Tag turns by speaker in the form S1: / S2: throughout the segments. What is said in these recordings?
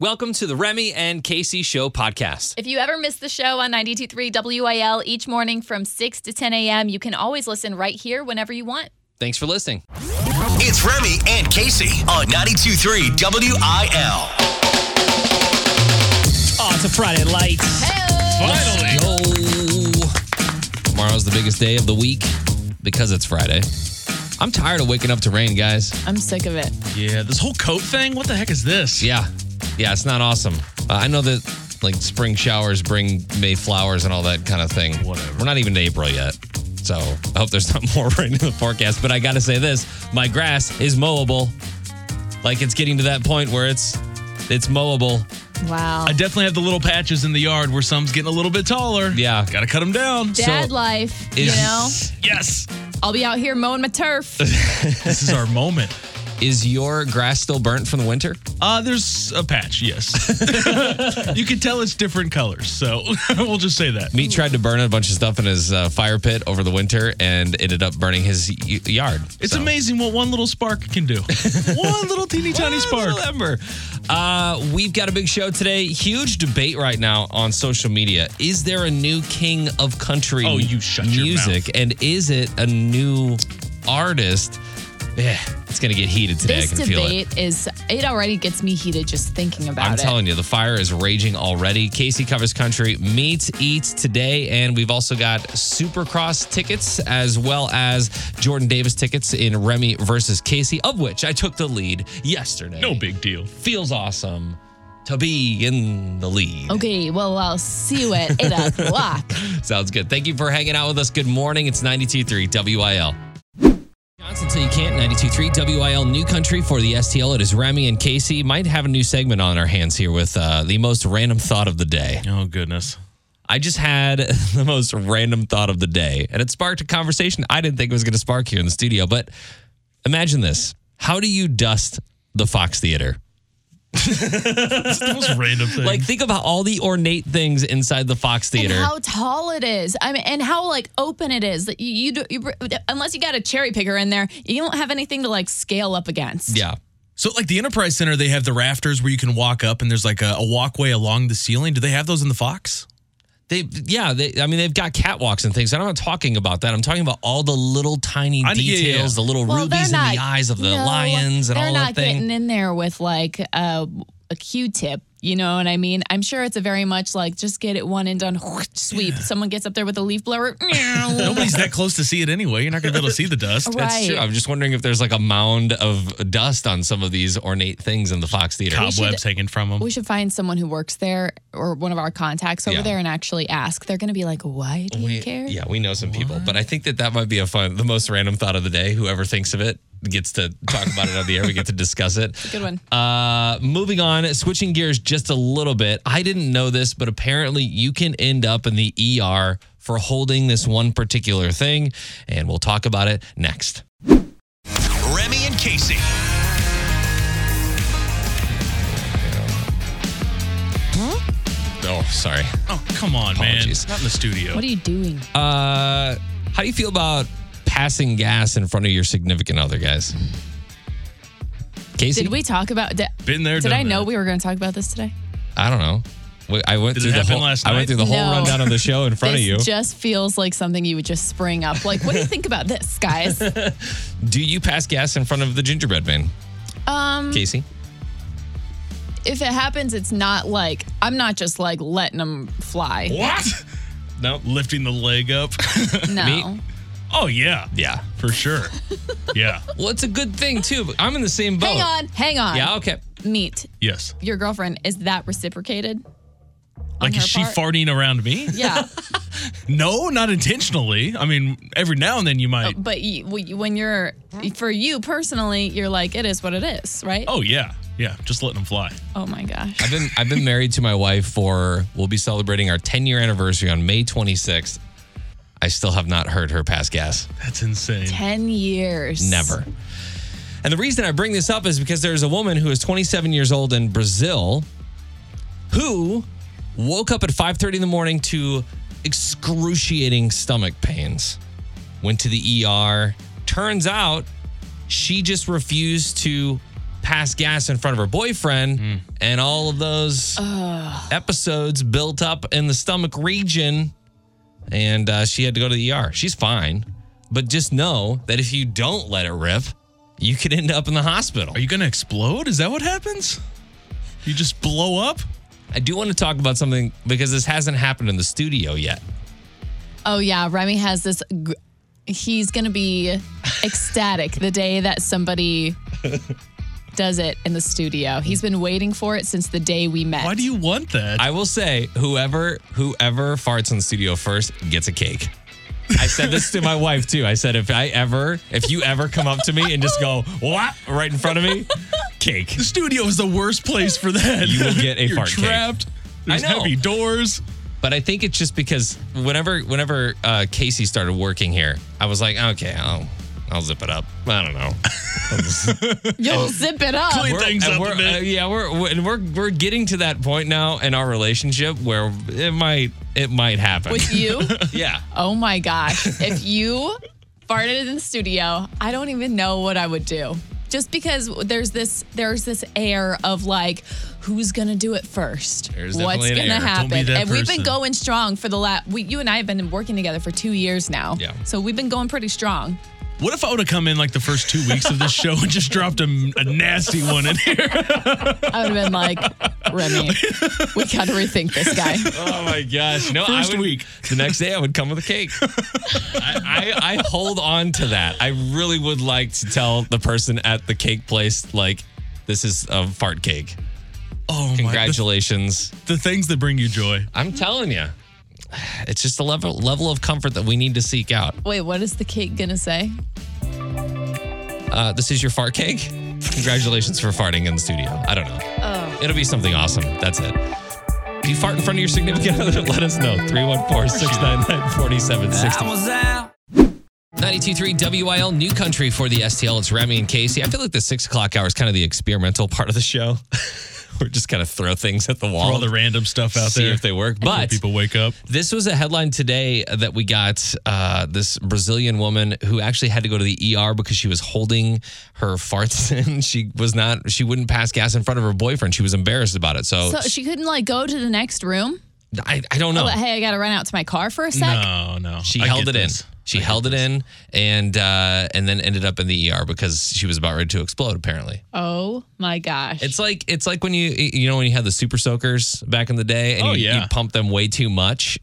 S1: Welcome to the Remy and Casey Show podcast.
S2: If you ever miss the show on 92.3 WIL each morning from 6 to 10 a.m., you can always listen right here whenever you want.
S1: Thanks for listening.
S3: It's Remy and Casey on 92.3 WIL.
S4: Oh, it's a Friday light. Finally.
S1: Yo. Tomorrow's the biggest day of the week because it's Friday. I'm tired of waking up to rain, guys.
S2: I'm sick of it.
S4: Yeah, this whole coat thing. What the heck is this?
S1: Yeah. Yeah, it's not awesome. Uh, I know that like spring showers bring May flowers and all that kind of thing.
S4: Whatever.
S1: We're not even to April yet. So I hope there's not more rain in the forecast. But I got to say this my grass is mowable. Like it's getting to that point where it's it's mowable.
S2: Wow.
S4: I definitely have the little patches in the yard where some's getting a little bit taller.
S1: Yeah.
S4: Gotta cut them down.
S2: Dad
S1: so-
S2: life, you
S1: Is-
S2: know?
S4: Yes.
S2: I'll be out here mowing my turf.
S4: this is our moment.
S1: Is your grass still burnt from the winter?
S4: Uh, there's a patch, yes. you can tell it's different colors, so we'll just say that.
S1: Meat tried to burn a bunch of stuff in his uh, fire pit over the winter and ended up burning his y- yard.
S4: It's
S1: So-
S4: amazing what one little spark can do. one little teeny tiny
S1: One
S4: spark.
S1: little ember. Uh, we've got a big show today. Huge debate right now on social media. Is there a new king of country
S4: Oh, you shut your
S1: music? And is it a new artist? Yeah, it's going to get heated today.
S2: this
S1: I can feel it.
S2: debate is, it already gets me heated just thinking about
S1: I'm
S2: it.
S1: telling you, the fire is raging already. Casey covers country meets eats today, and we've also got Supercross tickets as well as Jordan Davis tickets in Remy versus Casey, of which I took the lead yesterday.
S4: No big deal.
S1: Feels awesome to be in the lead.
S2: okay, well, I'll see you at 8 o'clock.
S1: Sounds good. Thank you for hanging out with us. Good morning. It's 92.3 WIL. Johnson Till You Can't, 92.3 WIL New Country for the STL. It is Remy and Casey. Might have a new segment on our hands here with uh, the most random thought of the day.
S4: Oh, goodness.
S1: I just had the most random thought of the day, and it sparked a conversation I didn't think it was going to spark here in the studio. But imagine this How do you dust the Fox Theater?
S4: It's the most random thing.
S1: Like, think about all the ornate things inside the Fox Theater.
S2: And how tall it is. I mean, and how like open it is. That you, you, do, you unless you got a cherry picker in there, you don't have anything to like scale up against.
S1: yeah.
S5: So, like the Enterprise Center, they have the rafters where you can walk up, and there's like a, a walkway along the ceiling. Do they have those in the Fox?
S1: They, yeah, they, I mean, they've got catwalks and things. I'm not talking about that. I'm talking about all the little tiny
S4: I-
S1: details,
S4: yeah, yeah, yeah.
S1: the little
S2: Well, they're
S1: rubies in
S2: not-
S1: the eyes of the
S2: no,
S1: lions and
S2: they're
S1: all that
S2: not
S1: thing.
S2: getting in there with like a, a Q-tip. You know what I mean? I'm sure it's a very much like just get it one and done sweep. Someone gets up there with a leaf blower.
S4: nobody's that close to see it anyway. You're not gonna be able to see the dust.
S1: That's
S2: right.
S1: true. I'm just wondering if there's like a mound of dust on some of these ornate things in the Fox Theater.
S4: Cobwebs hanging from them.
S2: We should find someone who works there or one of our contacts over
S1: Yeah.
S2: there and actually ask. They're going to be like, "Why do you care?"
S1: Yeah, we know some people, but I think that that might be a fun, the most random thought of the day. Whoever thinks of it gets to talk about it on the air. We get to discuss it.
S2: Good one.
S1: Uh, moving on, switching gears just a little bit. I didn't know this, but apparently you can end up in the ER for holding this one particular thing, and we'll talk about it next.
S3: Remy and Casey.
S1: Oh, sorry.
S4: Oh, come on, man.
S1: Apologies.
S4: Not in the studio.
S2: What are you doing?
S1: Uh, how do you feel about passing gas in front of your significant other, guys? Casey,
S2: Did we talk about? Did,
S4: Been there,
S2: Did
S4: done
S2: I know
S4: that.
S2: we were going to talk about this today?
S1: I don't know. We- I went
S4: Did it
S1: through the
S4: happen
S1: whole.
S4: last
S1: I went
S4: night?
S1: through the whole
S2: No.
S1: rundown of the show in front
S2: this
S1: of you.
S2: just feels like something you would just spring up. Like, what do you think about this, guys?
S1: Do you pass gas in front of the gingerbread man,
S2: Um,
S1: Casey?
S2: if it happens, it's not like I'm not just like letting them fly.
S4: What? No, lifting the leg up.
S2: No,
S1: Me?
S4: oh yeah,
S1: Yeah.
S4: for sure. Yeah.
S1: Well, it's a good thing too. But I'm in the same boat.
S2: hang on, hang on.
S1: Yeah. Okay.
S2: Meet
S4: Yes.
S2: your girlfriend. Is that reciprocated?
S4: Like, is
S2: her
S4: she
S2: part?
S4: farting around me?
S2: Yeah,
S4: No, not intentionally. I mean, every now and then you might.
S2: but you, when you're for you personally, you're like it is what it is, right?
S4: Oh, yeah, yeah. Just letting them fly.
S2: Oh my gosh.
S1: I've been I've been married to my wife for we'll be celebrating our 10 year anniversary on May 26th. I still have not heard her pass gas.
S4: That's insane.
S2: Ten years.
S1: Never. And the reason I bring this up is because there's a woman who is 27 years old in Brazil who woke up at 5:30 in the morning to excruciating stomach pains. E Went to the ER. Turns out she just refused to passed gas in front of her boyfriend,
S5: Hmm.
S1: and all of those episodes built up in the stomach region, and uh, she had to go to the ER. She's fine, but just know that if you don't let it rip, you could end up in the hospital.
S5: Are you gonna explode? Is that what happens? You just blow up?
S1: I do want to talk about something because this hasn't happened in the studio yet.
S2: Oh yeah, Remy has this. Gr- he's gonna be ecstatic the day that somebody does it in the studio. He's been waiting for it since the day we met.
S5: Why do you want that?
S1: I will say, whoever whoever farts in the studio first gets a cake. I said this to my wife too. I said, if I ever, if you ever come up to me and just go what right in front of me, cake.
S5: the studio is the worst place for that.
S1: You will get a
S5: You're
S1: fart cake.
S5: trapped. There's
S1: I know.
S5: heavy doors.
S1: But I think it's just because whenever whenever uh, Casey started working here, I was like, okay, I'll I'll zip it up. I don't know.
S2: You'll zip it up.
S5: Clean
S1: We're-
S5: things
S1: and
S5: up
S1: we're-
S5: a bit.
S1: uh, yeah, we're, we're and we're we're getting to that point now in our relationship where it might it might happen.
S2: With you?
S1: yeah.
S2: Oh my gosh. If you farted in the studio, I don't even know what I would do. Just because there's this there's this air of like who's gonna do it first?
S1: There's
S2: What's
S1: definitely an
S2: gonna
S1: air. Don't
S2: happen?
S5: be
S2: And
S5: that
S2: we've been
S5: person.
S2: going strong for the last we you and I have been working together for two years now.
S1: Yeah.
S2: So we've been going pretty strong.
S5: What if I would have come in like the first two weeks of this show and just dropped a, a nasty one in here?
S2: I would have been like, Remy, we gotta rethink this guy.
S1: Oh my gosh! No,
S5: First
S1: I would,
S5: week.
S1: The next day, I would come with a cake. I, I, I hold on to that. I really would like to tell the person at the cake place, like, this is a fart cake.
S5: Oh my! The,
S1: Congratulations!
S5: the things that bring you joy.
S1: I'm telling you, it's just a level level of comfort that we need to seek out.
S2: Wait, what is the cake gonna say?
S1: Uh, this is your fart cake. Congratulations for farting in the studio. I don't know. It'll be something awesome. That's it. If you fart in front of your significant other, let us know. 314 699 4760. 92.3 WIL New Country for the STL. It's Remy and Casey. I feel like the six o'clock hour is kind of the experimental part of the show. We're just kind of throw things at the wall,
S5: All the random stuff out
S1: see
S5: there.
S1: if they work.
S5: When
S1: But
S5: people wake up.
S1: this was a headline today that we got. Uh, this Brazilian woman who actually had to go to the ER because she was holding her farts in. She was not. She wouldn't pass gas in front of her boyfriend. She was embarrassed about it. So,
S2: So she couldn't like go to the next room?
S1: I, I don't know.
S2: But hey, I gotta run out to my car for a sec.
S5: No, no.
S1: She
S5: I
S1: held
S5: get
S1: it in.
S5: this.
S1: She held it in, and uh, and then ended up in the ER because she was about ready to explode. Apparently,
S2: Oh my gosh.
S1: it's like it's like when you you know when you had the super soakers back in the day, and
S5: Oh,
S1: you,
S5: yeah.
S1: you pump them way too much.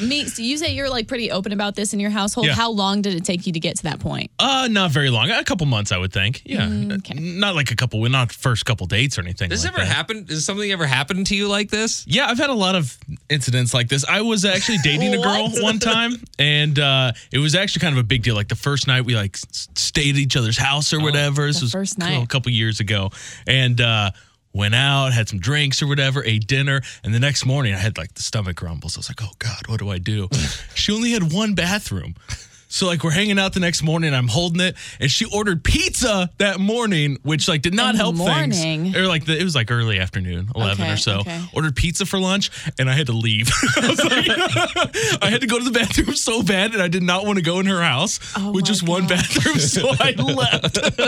S2: Me, so you say you're like pretty open about this in your household.
S5: Yeah.
S2: How long did it take you to get to that point?
S5: Uh, not very long. A couple months, I would think. Yeah, not like a couple. Not first couple dates or anything.
S1: Has
S5: like
S1: ever
S5: that.
S1: happened? Has something ever happened to you like this?
S5: Yeah, I've had a lot of incidents like this. I was actually dating a girl
S1: What?
S5: one time, and uh, it was actually kind of a big deal. Like the first night, we like s- stayed at each other's house or whatever. This was
S2: Oh, first
S5: cou-
S2: night.
S5: a couple years ago, and uh, went out, had some drinks or whatever, ate dinner, and the next morning I had like the stomach rumbles. I was like, oh god, what do I do? she only had one bathroom. So like we're hanging out the next morning, I'm holding it, and she ordered pizza that morning, which like did not
S2: In the
S5: help
S2: morning?
S5: things. Or like the, it was like early afternoon, eleven
S2: Okay,
S5: or so
S2: okay.
S5: ordered pizza for lunch and I had to leave. I, was like- I had to go to the bathroom so bad and I did not want to go in her house
S2: Oh
S5: with
S2: my
S5: just one
S2: God.
S5: bathroom, so I left.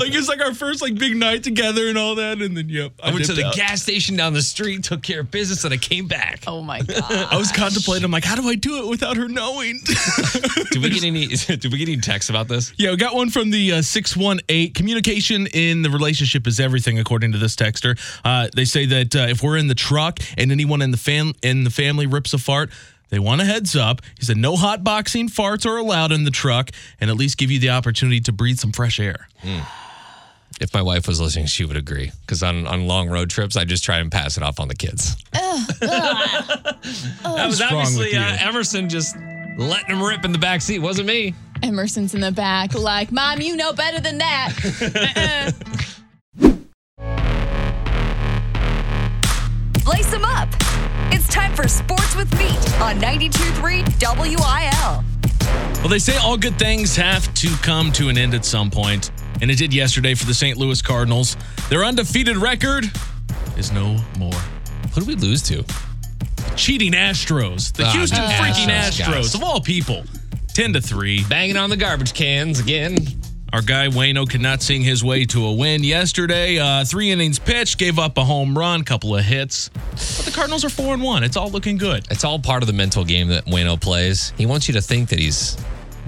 S5: like it was like our first like big night together and all that, and then yep, I,
S1: I went to
S5: dipped
S1: the
S5: out.
S1: gas station down the street, took care of business, and I came back.
S2: Oh my god.
S5: I was contemplating. I'm like, how do I do it without her knowing?
S1: Did we get any? Did we get any texts about this?
S5: yeah, we got one from the uh, 618. Communication in the relationship is everything, according to this texter. Uh, they say that uh, if we're in the truck and anyone in the fam- in the family rips a fart, they want a heads up. He said no hot boxing farts are allowed in the truck, and at least give you the opportunity to breathe some fresh air.
S1: If my wife was listening, she would agree. Because on, on long road trips, I just try and pass it off on the kids. that was
S5: wrong
S1: obviously
S5: with you?
S1: uh, Emerson just letting him rip in the back seat. Wasn't me.
S2: Emerson's in the back, like, Mom, you know better than that. Uh-uh.
S6: Lace them up. It's time for Sports with Meat on 92.3 WIL.
S5: Well, they say all good things have to come to an end at some point, and it did yesterday for the St. Louis Cardinals. Their undefeated record is no more.
S1: Who did we lose to?
S5: cheating Astros, the
S1: Ah,
S5: Houston
S1: the
S5: freaking
S1: Astros,
S5: Astros,
S1: guys.
S5: of all people, ten to three.
S1: Banging on the garbage cans again.
S5: Our guy Wayno could not sing his way to a win yesterday. Uh, three innings pitched, gave up a home run, couple of hits. But the Cardinals are four and one. It's all looking good.
S1: It's all part of the mental game that Wayno plays. He wants you to think that he's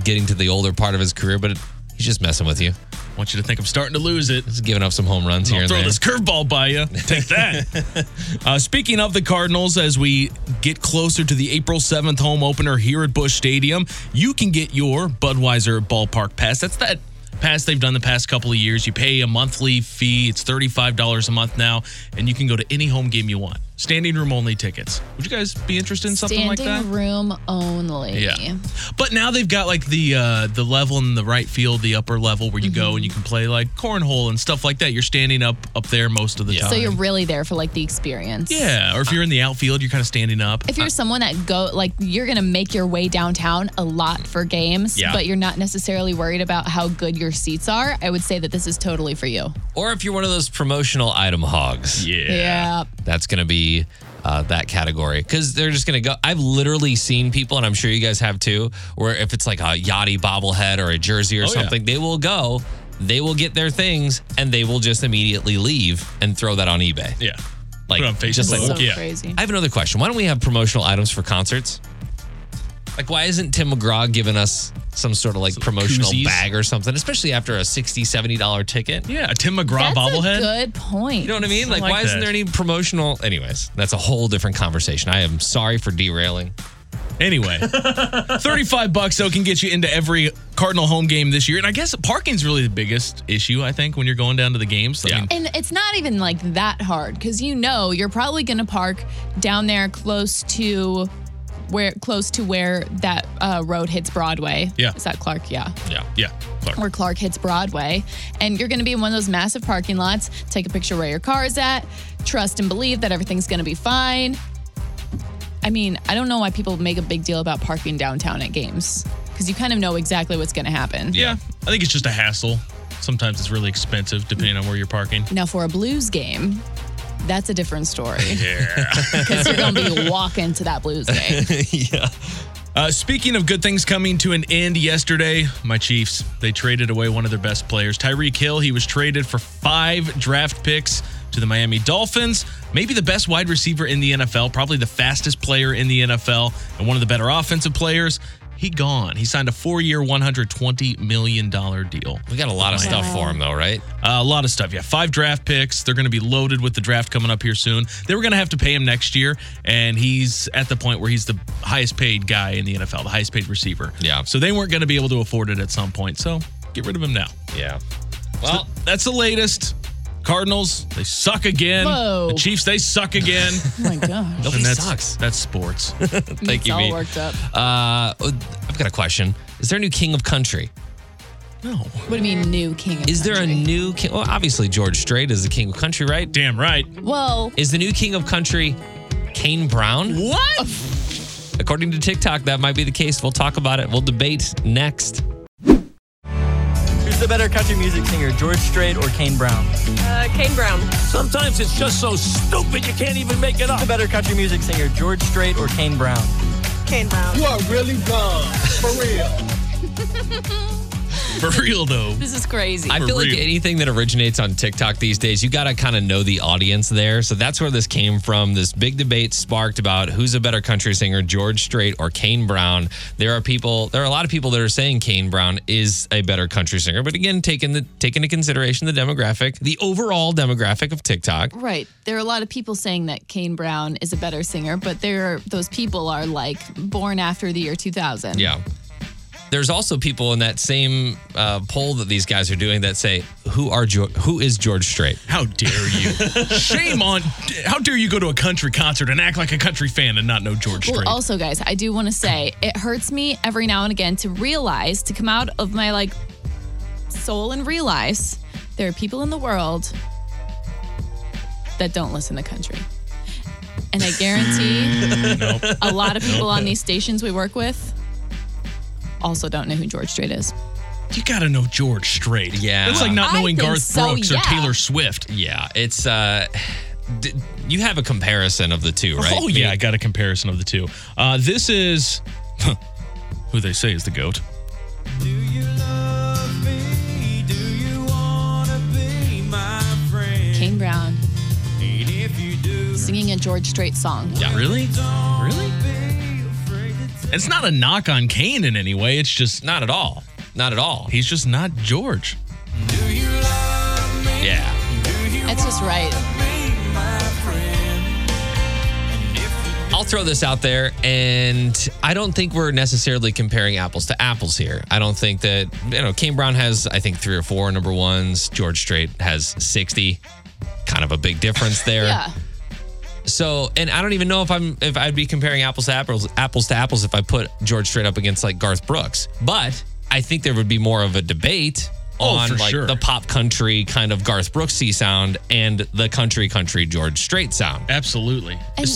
S1: getting to the older part of his career, but he's just messing with you.
S5: I want you to think I'm starting to lose it.
S1: He's giving up some home runs here
S5: I'll
S1: and
S5: throw
S1: there.
S5: this curveball by you. Take that. uh, speaking of the Cardinals, as we get closer to the April 7th home opener here at Bush Stadium, you can get your Budweiser ballpark pass. That's that pass they've done the past couple of years. You pay a monthly fee, it's $35 a month now, and you can go to any home game you want. Standing room only tickets. Would you guys be interested in something
S2: Standing
S5: like that?
S2: room only.
S5: Yeah. But now they've got like the uh the level in the right field, the upper level where you go and you can play like cornhole and stuff like that. You're standing up up there most of the time.
S2: So you're really there for like the experience.
S5: yeah, Uh. or if you're in the outfield, you're kind of standing up.
S2: If you're someone that go like you're gonna make your way downtown a lot for games,
S5: Yeah.
S2: but you're not necessarily worried about how good your seats are, I would say that this is totally for you.
S1: or if you're one of those promotional item hogs.
S2: Yeah.
S1: that's going to be uh, that category because they're just going to go. I've literally seen people, and I'm sure you guys have too, where if it's like a Yachty bobblehead or a jersey or
S5: Oh, yeah.
S1: something, they will go, they will get their things, and they will just immediately leave and throw that on eBay.
S5: Yeah.
S1: Like,
S5: Put it on Facebook.
S1: just like
S2: So
S5: Yeah.
S2: crazy.
S1: I have another question. Why don't we have promotional items for concerts? Like, why isn't Tim McGraw giving us some sort of like promotional
S5: koozies.
S1: bag or something, especially after a $60, $70 ticket?
S5: Yeah, a Tim McGraw
S2: That's
S5: bobblehead.
S2: a good point.
S1: You know what I mean? Like,
S5: like
S1: why isn't
S5: that.
S1: there any promotional? Anyways, that's a whole different conversation. I am sorry for derailing.
S5: Anyway, 35 bucks though can get you into every Cardinal home game this year. And I guess parking's really the biggest issue, I think, when you're going down to the games. I
S1: Yeah.
S5: mean,
S2: And it's not even like that hard because you know you're probably going to park down there close to where close to where that uh, road hits Broadway.
S5: Yeah.
S2: is that Clark? Yeah,
S1: Yeah.
S5: yeah. Clark.
S2: where Clark hits Broadway, and you're going to be in one of those massive parking lots. Take a picture where your car is at. Trust and believe that everything's going to be fine. I mean, I don't know why people make a big deal about parking downtown at games because you kind of know exactly what's going to happen.
S5: Yeah. I think it's just a hassle. Sometimes it's really expensive depending on where you're parking.
S2: Now, for a blues game, that's a different story. Yeah. Because you're going to be walking to that blues game.
S5: Uh, speaking of good things coming to an end yesterday, my Chiefs, they traded away one of their best players. Tyreek Hill, he was traded for five draft picks to the Miami Dolphins. Maybe the best wide receiver in the NFL, probably the fastest player in the NFL, and one of the better offensive players. He gone. He signed a four year, $120 million deal.
S1: We got a lot of stuff for him, though, right?
S5: Uh, a lot of stuff. Yeah, five draft picks. They're going to be loaded with the draft coming up here soon. They were going to have to pay him next year, and he's at the point where he's the highest paid guy in the NFL, the highest paid receiver.
S1: Yeah.
S5: So they weren't going to be able to afford it at some point. So get rid of him now.
S1: Yeah. Well,
S5: That's the latest. Cardinals, they suck again.
S2: Whoa.
S5: The Chiefs, they suck again.
S2: Oh my gosh.
S1: nobody
S5: and that's,
S1: sucks.
S5: That's sports.
S1: Thank
S2: it's
S1: you,
S2: all
S1: Pete.
S2: worked up.
S1: Uh, I've got a question. Is there a new king of country?
S5: no.
S2: What do you mean, new king? Of
S1: Is there a
S2: country?
S1: new king? Well, obviously, George Strait is the king of country, right?
S5: Damn right.
S2: Well,
S1: Is the new king of country Kane Brown?
S5: What?
S1: According to TikTok, that might be the case. We'll talk about it. We'll debate next.
S7: Who's the better country music singer, George Strait or Kane Brown?
S8: Uh, Kane Brown.
S9: Sometimes it's just so stupid you can't even make it
S7: Who's the
S9: up.
S7: better country music singer, George Strait or Kane Brown?
S8: Kane Brown.
S5: For real, though.
S2: this is crazy.
S1: I
S5: For
S1: feel like
S5: real.
S1: anything that originates on TikTok these days, you got to kind of know the audience there. So that's where this came from. This big debate sparked about who's a better country singer, George Strait or Kane Brown. There are people, there are a lot of people that are saying Kane Brown is a better country singer, but again, taking the take into consideration the demographic, the overall demographic of TikTok.
S2: Right. There are a lot of people saying that Kane Brown is a better singer, but there are, those people are like born after the year 2000.
S1: Yeah. There's also people in that same uh, poll that these guys are doing that say, "Who are jo- who is George Strait?"
S5: How dare you? Shame on. How dare you go to a country concert and act like a country fan and not know George Strait?
S2: Well, also, guys, I do want to say it hurts me every now and again to realize, to come out of my like soul and realize there are people in the world that don't listen to country. And I guarantee a lot of people on these stations we work with also don't know who George Strait is.
S5: you gotta know George Strait.
S1: Yeah.
S5: It's like not
S2: I
S5: knowing
S2: think
S5: Garth
S2: so,
S5: Brooks
S2: yeah.
S5: or Taylor Swift.
S1: Yeah, it's uh, d- you have a comparison of the two, right?
S5: Oh, yeah. I got a comparison of the two. Uh, this is who they say is the GOAT.
S2: singing a George Strait song.
S5: Yeah, really? Really? It's not a knock on Kane in any way. It's just
S1: Not at all. Not at all.
S5: he's just not George.
S1: Yeah.
S2: That's just right.
S1: I'll throw this out there, and I don't think we're necessarily comparing apples to apples here. I don't think that, you know, Kane Brown has, I think, three or four number ones. George Strait has 60. Kind of a big difference there.
S2: Yeah.
S1: So, and I don't even know if I'm, if I'd be comparing apples to apples, apples to apples if I put George Strait up against like Garth Brooks. But I think there would be more of a debate
S5: Oh,
S1: on
S5: for
S1: like
S5: sure.
S1: the pop country kind of Garth Brooksy sound and the country country George Strait sound.
S5: Absolutely.
S2: And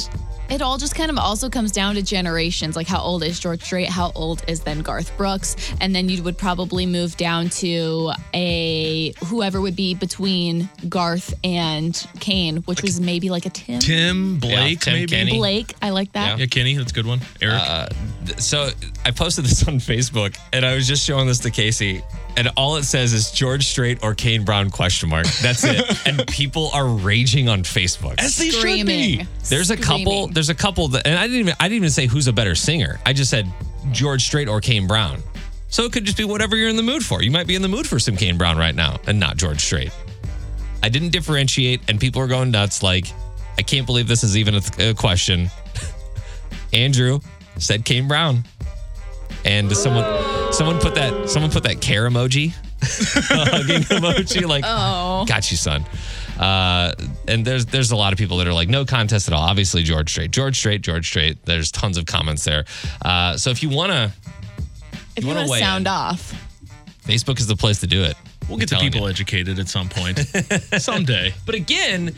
S2: it all just kind of also comes down to generations. Like, how old is George Strait? How old is then Garth Brooks? And then you would probably move down to a whoever would be between Garth and Kane, which was maybe like a Tim.
S5: Tim Blake,
S1: Tim
S5: maybe.
S1: Kenny. Uh,
S2: Blake. I like that.
S5: Yeah, Kenny, that's a good one. Eric.
S1: so I posted this on Facebook and I was just showing this to Casey and all it says is George Strait or Kane Brown question mark. That's it. and people are raging on Facebook.
S5: they
S2: Screaming.
S1: There's a couple
S2: Screaming.
S1: there's a couple that and I didn't even I didn't even say who's a better singer. I just said George Strait or Kane Brown. So it could just be whatever you're in the mood for. You might be in the mood for some Kane Brown right now and not George Strait. I didn't differentiate and people are going nuts like I can't believe this is even a, th- a question. Andrew said Kane Brown. And someone someone put that someone put that care emoji. the hugging emoji like
S2: Oh.
S1: got you son. Uh, and there's there's a lot of people that are like no contest at all. Obviously George Strait, George Strait, George Strait. There's tons of comments there. Uh, so if you wanna,
S2: If
S1: You
S2: you
S1: wanna
S2: want to
S1: weigh
S2: sound
S1: in?
S2: off,
S1: Facebook is the place to do it.
S5: We'll get the
S1: telling
S5: people
S1: you.
S5: educated at some point. Someday.
S1: But again,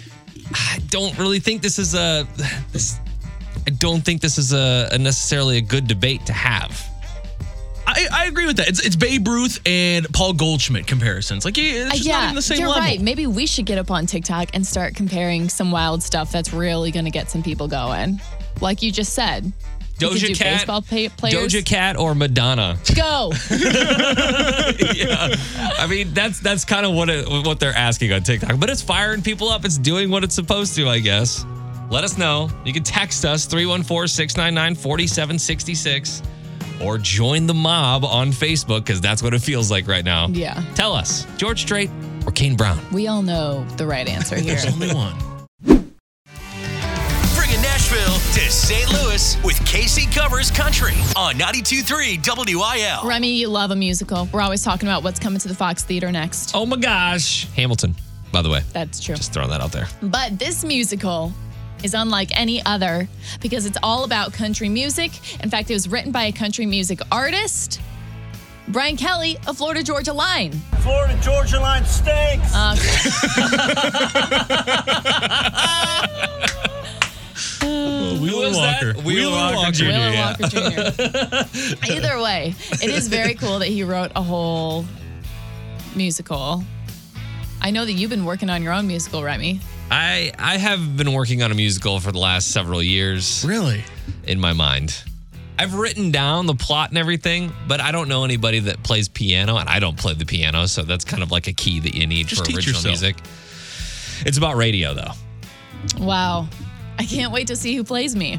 S1: I don't really think this is a this. I don't think this is a, a necessarily a good debate to have.
S5: I, I agree with that. It's, it's Babe Ruth and Paul Goldschmidt comparisons. Like, yeah,
S2: Uh,
S5: it's just
S2: yeah,
S5: not even the same
S2: you're
S5: level.
S2: right. Maybe we should get up on TikTok and start comparing some wild stuff that's really going to get some people going. Like you just said, we could
S1: Doja
S2: do
S1: Cat,
S2: baseball pay- players.
S1: Doja Cat or Madonna.
S2: go.
S1: I mean, that's that's kind of what it, what they're asking on TikTok, but it's firing people up. It's doing what it's supposed to, I guess. Let us know. You can text us 314-699-4766 or join the mob on Facebook cuz that's what it feels like right now.
S2: Yeah.
S1: Tell us, George Strait or Kane Brown?
S2: We all know the right answer here.
S5: Only one.
S3: Bringing Nashville to St. Louis with Casey Covers Country on 92.3 WIL.
S2: Remy, you love a musical. We're always talking about what's coming to the Fox Theater next.
S1: Oh my gosh. Hamilton, by the way.
S2: That's true.
S1: Just throwing that out there.
S2: But this musical is unlike any other because it's all about country music. In fact, it was written by a country music artist, Brian Kelly of Florida Georgia Line.
S9: Florida Georgia line stinks.
S2: Uh,
S5: Wheeler
S1: was that?
S5: Walker.
S1: Wheeler Walker Jr.
S2: Wheeler Walker Jr. Either way, it is very cool that he wrote a whole musical. I know that you've been working on your own musical, Remy.
S1: I I have been working on a musical for the last several years.
S5: Really?
S1: in my mind. I've written down the plot and everything, but I don't know anybody that plays piano, and I don't play the piano, so that's kind of like a key that you need
S5: Just
S1: for
S5: teach
S1: original
S5: yourself.
S1: music. It's about radio, though.
S2: Wow. I can't wait to see who plays me.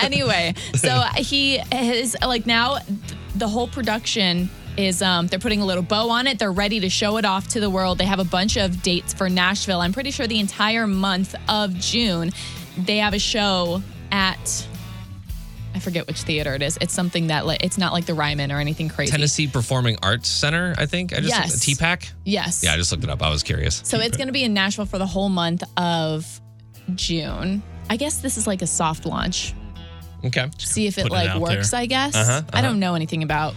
S2: anyway, so he is like now th- the whole production is um they're putting a little bow on it. They're ready to show it off to the world. They have a bunch of dates for Nashville. I'm pretty sure the entire month of June they have a show at I forget which theater it is. It's something that like it's not like the Ryman or anything crazy.
S1: Tennessee Performing Arts Center, I think. I just
S2: Yes.
S1: TPAC.
S2: Yes.
S1: Yeah, I just looked it up. I was curious.
S2: So it's going to be in Nashville for the whole month of June. I guess this is like a soft launch.
S1: Okay.
S2: See if it
S5: Put it
S2: like
S5: out Uh-huh,
S2: works, I guess. I don't know anything about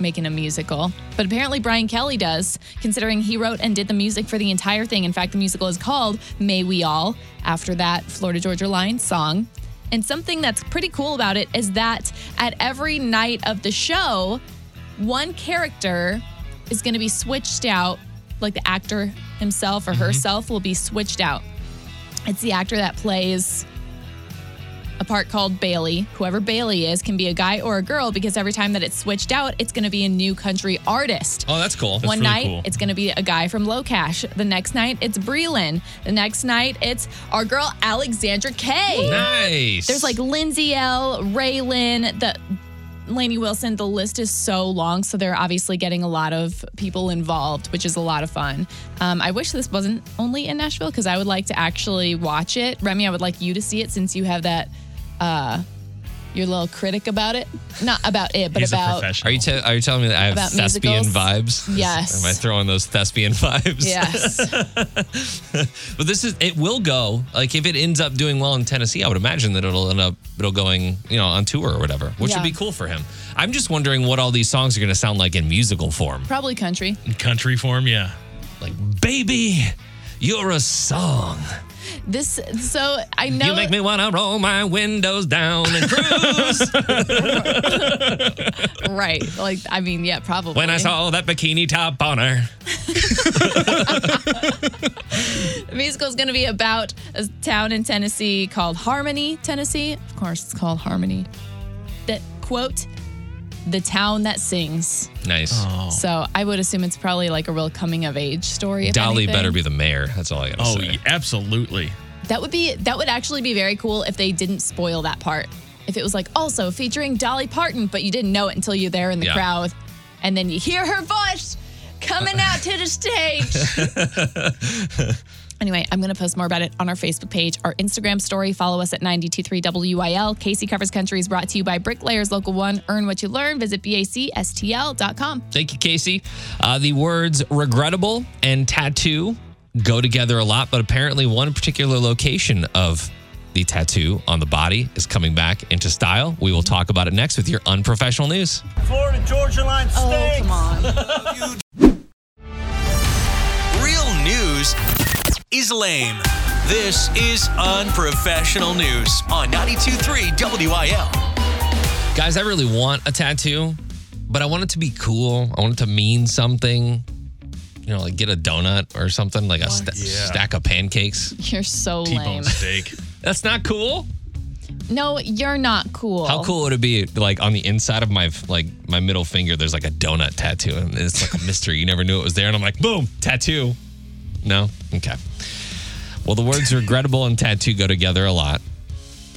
S2: making a musical, but apparently Brian Kelly does, considering he wrote and did the music for the entire thing. In fact, the musical is called May We All, after that Florida Georgia Line song. And something that's pretty cool about it is that at every night of the show, one character is going to be switched out, like the actor himself
S5: Mm-hmm.
S2: or herself will be switched out. It's the actor that plays a part called Bailey. Whoever Bailey is can be a guy or a girl because every time that it's switched out, it's going to be a new country artist.
S1: Oh, that's cool.
S2: One
S5: really
S2: night,
S5: cool.
S2: it's going to be a guy from Low Cash. The next night, it's Breland. The next night, it's our girl Alexandra K.
S1: nice.
S2: There's like Lindsay L, Raylan, the Lainey Wilson. The list is so long, so they're obviously getting a lot of people involved, which is a lot of fun. Um, I wish this wasn't only in Nashville because I would like to actually watch it. Remy, I would like you to see it since you have that. Uh, your little critic about it, not about it, but
S5: He's a
S2: about
S5: professional.
S1: Are you te- are you telling me that I have
S2: About
S1: thespian
S2: musicals?
S1: vibes?
S2: Yes.
S1: Am I throwing those thespian vibes?
S2: yes.
S1: But this is it will go. Like if it ends up doing well in Tennessee, I would imagine that it'll end up it'll going, you know, on tour or whatever, which
S2: Yeah.
S1: would be cool for him. I'm just wondering what all these songs are going to sound like in musical form.
S2: Probably country.
S5: Country form, yeah.
S1: Like baby, you're a song.
S2: This so I know
S1: You make me want to roll my windows down and cruise.
S2: right. Like I mean, yeah, probably.
S1: when I saw that bikini top on her.
S2: The musical is going to be about a town in Tennessee called Harmony, Tennessee. Of course, it's called Harmony. That quote, the town that sings.
S1: Nice.
S2: So I would assume it's probably like a real coming of age story. if
S1: Dolly
S2: anything.
S1: better be the mayor. That's all I got to
S5: Oh,
S1: say.
S5: yeah, absolutely.
S2: That would be that would actually be very cool if they didn't spoil that part. If it was like also featuring Dolly Parton, but you didn't know it until you're there in the
S1: Yeah.
S2: crowd, and then you hear her voice coming
S1: Uh-uh.
S2: out to the stage. Anyway, I'm going to post more about it on our Facebook page, our Instagram story. Follow us at 923WIL. Casey Covers Country is brought to you by Bricklayers Local 1. Earn what you learn. Visit BACSTL.com.
S1: Thank you, Casey. Uh, the words regrettable and tattoo go together a lot, but apparently, one particular location of the tattoo on the body is coming back into style. We will talk about it next with your unprofessional news.
S9: Florida Georgia Line Steaks.
S2: Oh, come on.
S3: Real news is lame. This is unprofessional news on 923 WIL.
S1: Guys, I really want a tattoo, but I want it to be cool. I want it to mean something. You know, like get a donut or something, like a sta- stack of pancakes.
S2: You're so
S5: T-bone
S2: lame.
S5: steak.
S1: That's not cool.
S2: No, you're not cool.
S1: How cool would it be, like on the inside of my like my middle finger, there's like a donut tattoo, and it's like a mystery. You never knew it was there, and I'm like, boom, tattoo. No, okay. Well, the words regrettable and tattoo go together a lot.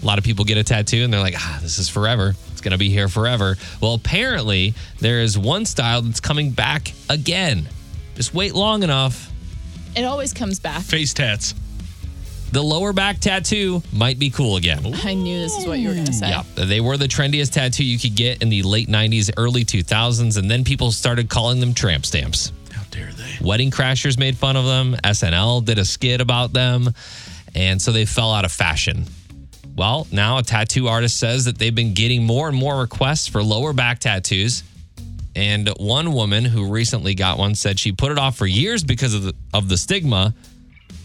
S1: A lot of people get a tattoo and they're like, ah, this is forever. It's gonna be here forever. Well, apparently there is one style that's coming back again. Just wait long enough.
S2: It always comes back.
S5: Face tats.
S1: The lower back tattoo might be cool again.
S2: I knew this is what you were going to say.
S1: Yeah, they were the trendiest tattoo you could get in the late 90s, early 2000s, and then people started calling them tramp stamps.
S5: How dare they?
S1: Wedding Crashers made fun of them, SNL did a skit about them, and so they fell out of fashion. Well, now a tattoo artist says that they've been getting more and more requests for lower back tattoos. And one woman who recently got one said she put it off for years because of the, of the stigma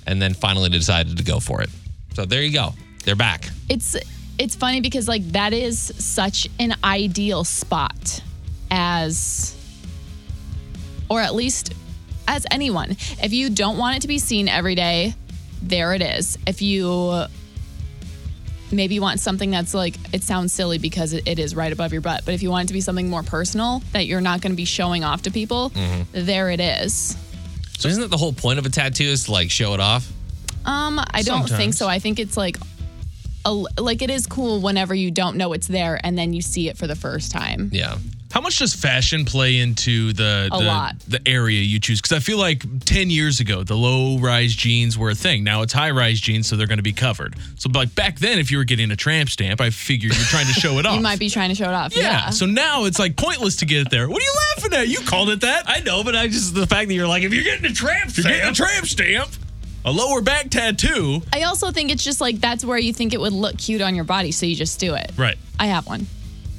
S1: and then finally decided to go for it. So there you go. They're back.
S2: it's it's funny because like that is such an ideal spot as or at least as anyone if you don't want it to be seen every day there it is if you maybe want something that's like it sounds silly because it, it is right above your butt but if you want it to be something more personal that you're not going to be showing off to people there it is
S1: So isn't that the whole point of a tattoo is to like show it off?
S2: Um, I don't think so. I think it's like, a, like it is cool whenever you don't know it's there and then you see it for the first time.
S1: Yeah.
S5: How much does fashion play into the
S2: A
S5: the,
S2: lot.
S5: the area you choose? Because I feel like ten years ago, the low rise jeans were a thing. Now it's high rise jeans, so they're going to be covered. So, like back then, if you were getting a tramp stamp, I figured you're trying to show it off.
S2: You might be trying to show it off.
S5: Yeah. So now it's like pointless to get it there. What are you laughing at? You called it that. I know, but I just the fact that you're like, if you're getting a tramp, stamp, you're getting a tramp stamp, a lower back tattoo.
S2: I also think it's just like that's where you think it would look cute on your body, so you just do it.
S5: Right.
S2: I have one.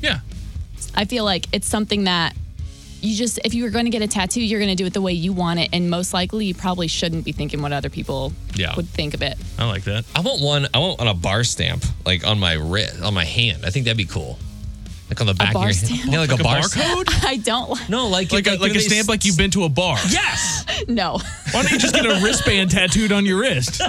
S5: Yeah.
S2: I feel like it's something that you just if you were going to get a tattoo, you're going to do it the way you want it, and most likely you probably shouldn't be thinking what other people
S1: Yeah.
S2: would think of it.
S5: I like that.
S1: I want one. I want on a bar stamp, like on my wrist, on my hand. I think that'd be cool. Like on the back of
S2: bar
S1: your
S2: stamp?
S1: Yeah, like, a, bar stamp.
S5: barcode?
S2: I don't like.
S1: No, like
S5: like a, like a
S1: they-
S5: stamp like you've been to a bar.
S1: Yes.
S2: No.
S5: Why don't you just get a wristband tattooed on your wrist?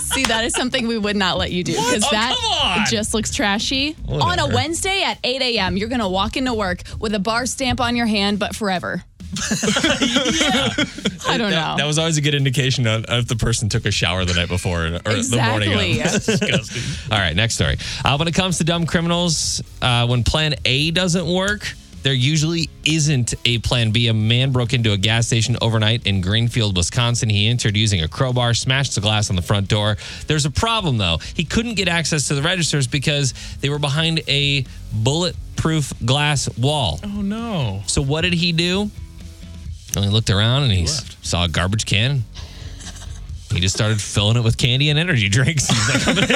S2: See, that is something we would not let you do because
S1: Oh,
S2: that
S1: come on.
S2: just looks trashy. On a
S1: Whatever.
S2: Wednesday at 8 a.m., you're going to walk into work with a bar stamp on your hand, but forever. I don't know.
S1: That, that was always a good indication of, of if the person took a shower the night before or the morning of.
S2: exactly.
S1: All right, next story. Uh, when it comes to dumb criminals, uh, when plan A doesn't work, there usually isn't a plan B. A man broke into a gas station overnight in Greenfield, Wisconsin. He entered using a crowbar, smashed the glass on the front door. There's a problem, though. He couldn't get access to the registers because they were behind a bulletproof glass wall.
S5: Oh no.
S1: So, what did he do? And he looked around and he s- saw a garbage can. He just started filling it with candy and energy drinks. He's like,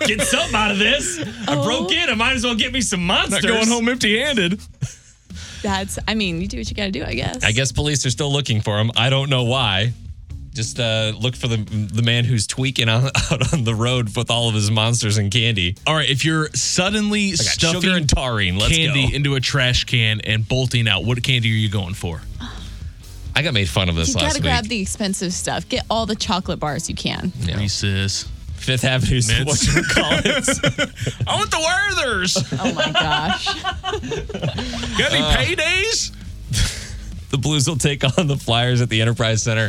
S1: get something out of this. I
S2: Oh,
S1: broke in. I might as well get me some monsters.
S5: Going home empty-handed.
S2: That's, I mean, you do what you got to do, I guess.
S1: I guess police are still looking for him. I don't know why. Just uh, look for the the man who's tweaking on, out on the road with all of his monsters and candy.
S5: All right, if you're suddenly
S1: I got
S5: stuffing
S1: sugar and taurine. Let's
S5: candy
S1: go.
S5: into a trash can and bolting out, what candy are you going for?
S1: I got made fun of this
S2: You
S1: last
S2: gotta
S1: week.
S2: grab the expensive stuff. Get all the chocolate bars you can.
S1: Yeah.
S5: Reese's.
S1: Fifth Avenue's
S5: Mints.
S1: what you call it.
S5: I want the Werthers.
S2: Oh my gosh.
S5: Got any paydays?
S1: The Blues will take on the Flyers at the Enterprise Center.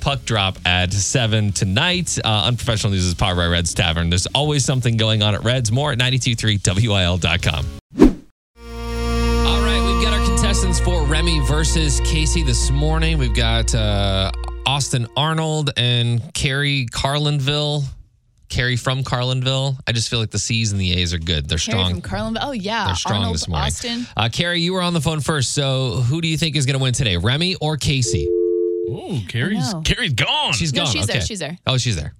S1: Puck drop at seven tonight. Uh, unprofessional news is powered by Reds Tavern. There's always something going on at Reds. More at 923wil.com. All right, we've got our contestants for Remy versus Casey this morning. We've got uh, Austin Arnold and Carrie Carlinville. Carrie from Carlinville. I just feel like the C's and the A's are good. They're
S2: Carrie
S1: strong.
S2: from Carlinville. Oh yeah.
S1: They're strong
S2: Arnold,
S1: this morning.
S2: Austin.
S1: Uh, Carrie, you were on the phone first. So who do you think is going to win today, Remy or Casey?
S5: Oh, Carrie's
S2: know.
S5: Carrie's gone.
S1: She's
S2: No,
S1: gone.
S2: she's there,
S1: Okay.
S2: she's there.
S1: Oh, she's there.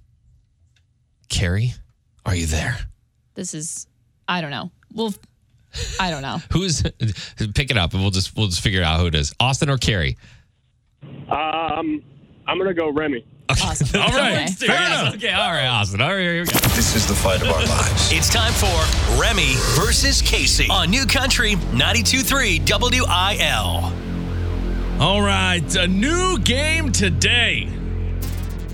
S1: Carrie, are you there?
S2: This is I don't know. Well I don't know.
S1: Who's pick it up and we'll just we'll just figure out who it is. Austin or Carrie?
S9: Um, I'm gonna go Remy.
S2: Awesome.
S1: All right.
S2: Okay.
S1: Fair enough. Okay. All right, Austin. All right. Here we go.
S3: This is the fight of our lives. It's time for Remy versus Casey on New Country 923 WIL.
S5: All right, a new game today.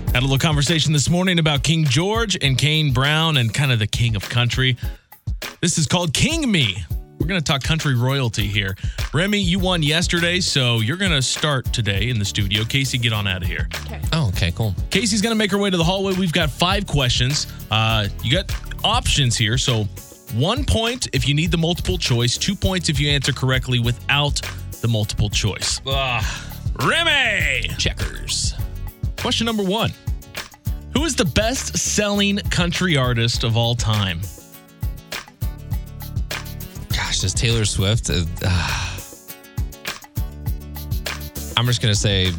S5: Had a little conversation this morning about King George and Kane Brown and kind of the king of country. This is called King Me. We're going to talk country royalty here. Remy, you won yesterday, so you're going to start today in the studio. Casey, get on out of here.
S1: Oh, okay. Cool.
S5: Casey's going to make her way to the hallway. We've got five questions. Uh, you got options here. So, one point if you need the multiple choice, two points if you answer correctly without the multiple choice. Remy!
S1: Checkers.
S5: Question number one Who is the best selling country artist of all time?
S1: Gosh, does Taylor Swift? Uh, ah. I'm just gonna say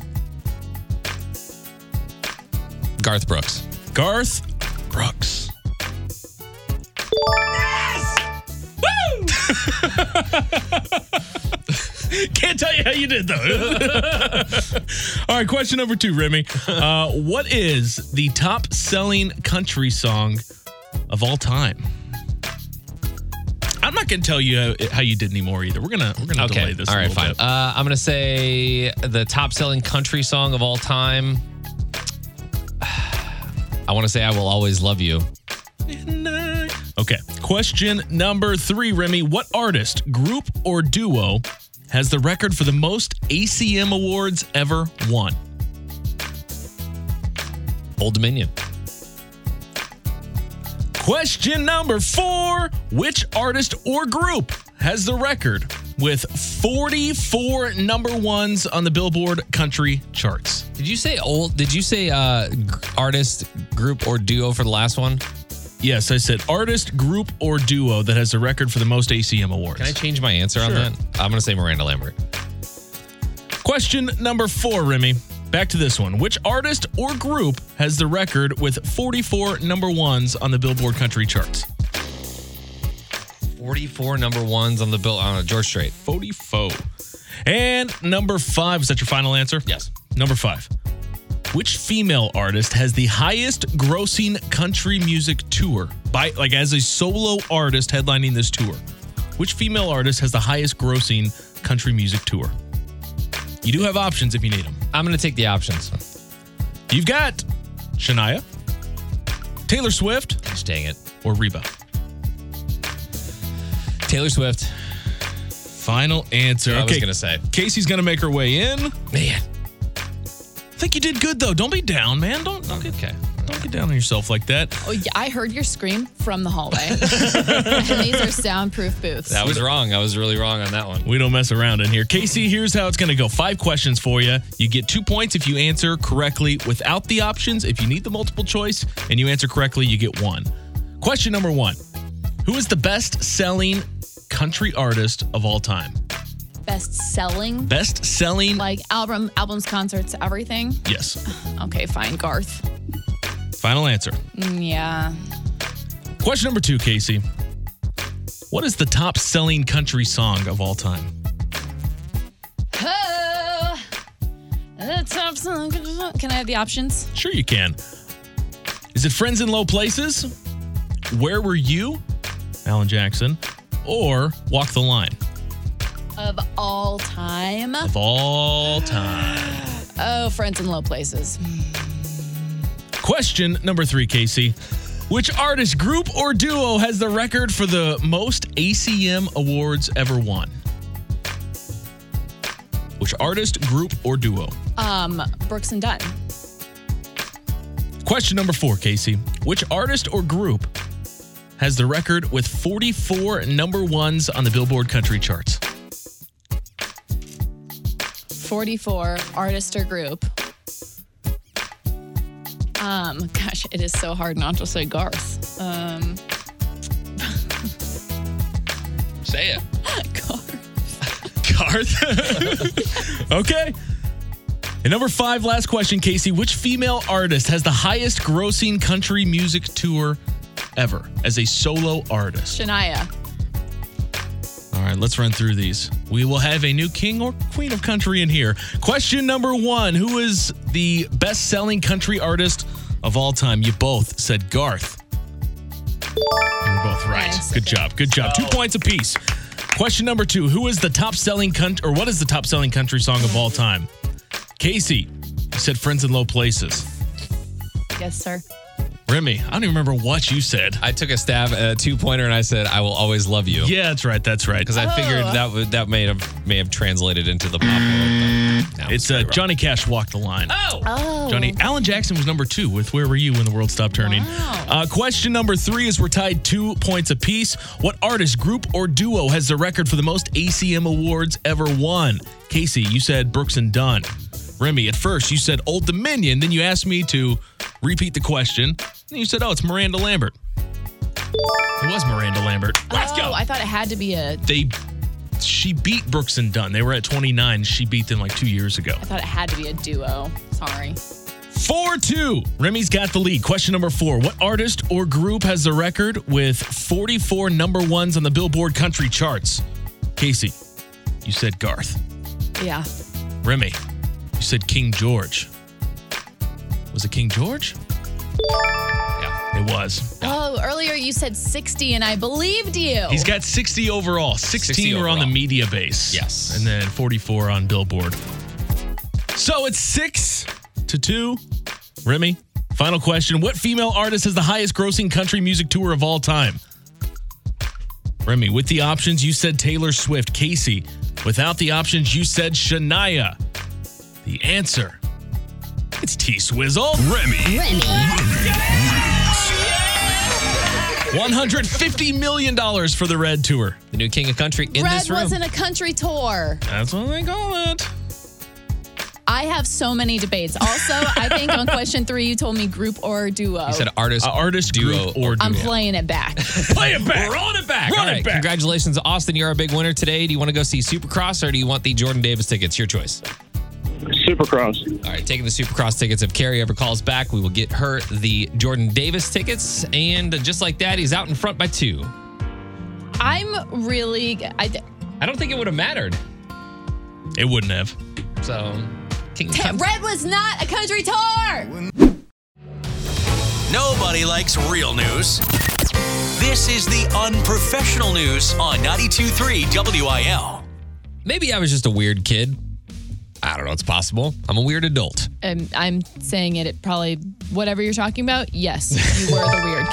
S1: Garth Brooks.
S5: Garth Brooks. Woo! Can't tell you how you did though. All right, question number two, Remy. Uh, what is the top selling country song of all time? I'm not gonna tell you how, how you did anymore either. We're gonna we're gonna delay this.
S1: All
S5: a
S1: right,
S5: little
S1: fine.
S5: bit.
S1: Uh, I'm gonna say the top-selling country song of all time. I want to say "I Will Always Love You."
S5: Okay. Question number three, Remy. What artist, group, or duo has the record for the most ACM awards ever won?
S1: Old Dominion.
S5: Question number four Which artist or group has the record with 44 number ones on the Billboard country charts?
S1: Did you say old? Did you say uh, g- artist, group, or duo for the last one?
S5: Yes, I said artist, group, or duo that has the record for the most ACM awards.
S1: Can I change my answer on
S5: Sure.
S1: that? I'm gonna say Miranda Lambert.
S5: Question number four, Remy. Back to this one. Which artist or group has the record with 44 number ones on the Billboard country charts?
S1: 44 number ones on the bill on uh, George Strait.
S5: 44. And number five. Is that your final answer?
S1: Yes.
S5: Number five. Which female artist has the highest grossing country music tour by like as a solo artist headlining this tour? Which female artist has the highest grossing country music tour? You do have options if you need them.
S1: I'm gonna take the options.
S5: You've got Shania, Taylor Swift
S1: Gosh, dang it.
S5: or Reba?
S1: Taylor Swift.
S5: Final answer.
S1: I was gonna say.
S5: Casey's going to make her way in. I
S1: Man.
S5: think you did good, though. Don't be down, man. Don't, don't, get,
S1: Okay.
S5: don't get down on yourself like that.
S2: Oh, yeah, I heard your scream from the hallway. and these are soundproof booths.
S1: That was wrong. I was really wrong on that one.
S5: We don't mess around in here. Casey, here's how it's going to go. Five questions for you. You get two points if you answer correctly without the options. If you need the multiple choice and you answer correctly, you get one. Question number one Who is the best selling country artist of all time?
S2: Best selling,
S5: Best selling.
S2: like album, albums, concerts, everything.
S5: Yes.
S2: Okay, fine. Garth.
S5: Final answer.
S2: Mm, Yeah.
S5: Question number two, Casey. What is the top selling country song of all time?
S2: Oh, the top song. Can I have the options?
S5: Sure, you can. Is it Friends in Low Places? Where Were You? Alan Jackson. Or Walk the Line?
S2: Of all time.
S5: of all time.
S2: Oh, Friends in Low Places.
S5: Question number three, Casey. Which artist, group, or duo has the record for the most ACM awards ever won? Which artist, group, or duo?
S2: Um, Brooks and Dunn.
S5: Question number four, Casey. Which artist or group has the record with 44 number ones on the Billboard country charts?
S2: 44, artist or group. Um, gosh, it is so hard not to say Garth. Um,
S1: Say it.
S2: Garth.
S5: Garth. okay. And number five, last question, Casey. Which female artist has the highest grossing country music tour ever as a solo artist?
S2: Shania.
S5: All right, let's run through these. We will have a new king or queen of country in here. Question number one Who is the best selling country artist of all time? You both said Garth. You're both right.
S2: Yes,
S5: Good
S2: okay.
S5: job. Good job. Two points apiece. Question number two Who is the top selling country, or what is the top selling country song of all time? Casey, you said Friends in Low Places.
S2: Yes, sir.
S5: Remy, I don't even remember what you said.
S1: I took a stab at a two pointer and I said, I will always love you.
S5: Yeah, that's right. That's right.
S1: Because I figured
S2: Oh.
S1: that would that may have may have translated into the pop world. but no,
S5: It's
S1: very
S5: uh,
S1: wrong.
S5: Johnny Cash walked the line.
S2: Oh.
S5: Johnny. Alan Jackson was number two with Where Were You When the World Stopped Turning.
S2: Wow.
S5: Uh, question number three is we're tied two points apiece. What artist, group, or duo has the record for the most ACM awards ever won? Casey, you said Brooks and Dunn. Remy, at first you said Old Dominion, then you asked me to repeat the question. And you said, oh, it's Miranda Lambert. It was Miranda Lambert. Let's
S2: oh,
S5: go.
S2: I thought it had to be a.
S5: they she beat Brooks and Dunn. They were at 29. She beat them like two years ago.
S2: I thought it had to be a duo. Sorry.
S5: 4 2. Remy's got the lead. Question number four What artist or group has the record with 44 number ones on the Billboard country charts? Casey, you said Garth.
S2: Yeah.
S5: Remy, you said King George. Was it King George? Yeah, it was.
S2: Oh, earlier you said 60 and I believed you.
S5: He's got 60 overall. 16 were on the
S1: overall.
S5: media base.
S1: Yes.
S5: And then 44 on Billboard. So it's six to two. Remy, final question. What female artist has the highest grossing country music tour of all time? Remy, with the options, you said Taylor Swift. Casey, without the options, you said Shania. The answer it's T Swizzle.
S3: Remy.
S5: $150 million for the Red Tour.
S1: the new king of country in
S2: Red
S1: this room.
S2: wasn't a country tour.
S5: That's what they call it.
S2: I have so many debates. Also, I think on question three, you told me group or duo.
S1: He said artist,
S5: Uh, artist
S1: duo,
S5: group or
S2: I'm
S5: duo.
S2: playing it back.
S5: Play it back.
S1: Run it back.
S5: Run
S1: All
S5: it
S1: right,
S5: back.
S1: Congratulations, Austin. You're our big winner today. Do you want to go see Supercross or do you want the Jordan Davis tickets? Your choice.
S9: Supercross.
S1: All right, taking the Supercross tickets. If Carrie ever calls back, we will get her the Jordan Davis tickets. And just like that, he's out in front by two.
S2: I'm really. I,
S1: I don't think it would have mattered.
S5: It wouldn't have.
S1: So, King of Country.
S2: Red was not a country tour.
S3: Nobody likes real news. This is the unprofessional news on 92.3 WIL.
S1: maybe I was just a weird kid. I I don't know. It's possible. I'm a weird adult.
S2: And Um, I'm saying it, it probably, whatever you're talking about, yes, you were the weird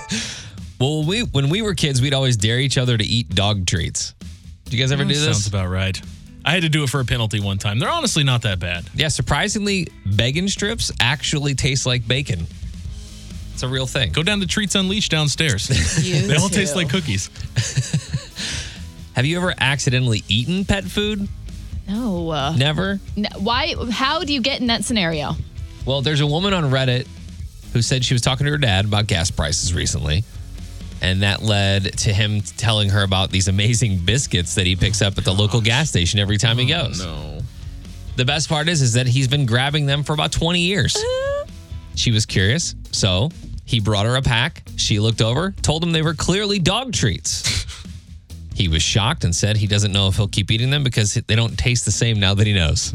S2: kid.
S1: Well, we when we were kids, we'd always dare each other to eat dog treats. Do you guys ever do this?
S5: Mm, Sounds about right. I had to do it for a penalty one time. They're honestly not that bad.
S1: yeah, surprisingly, bacon strips actually taste like bacon. It's a real thing.
S5: Go down to Treats Unleashed downstairs.
S2: You
S5: they all taste
S2: too.
S5: like cookies.
S1: Have you ever accidentally eaten pet food?
S2: No. uh,
S1: Never.
S2: n- Why? How do you get in that scenario?
S1: Well, there's a woman on Reddit who said she was talking to her dad about gas prices recently. And that led to him telling her about these amazing biscuits that he picks up at the local gas station every time he goes.
S5: No.
S1: The best part is, is that he's been grabbing them for about 20 years. she was curious, so he brought her a pack. She looked over, told him they were clearly dog treats. he was shocked and said he doesn't know if he'll keep eating them because they don't taste the same now that he knows.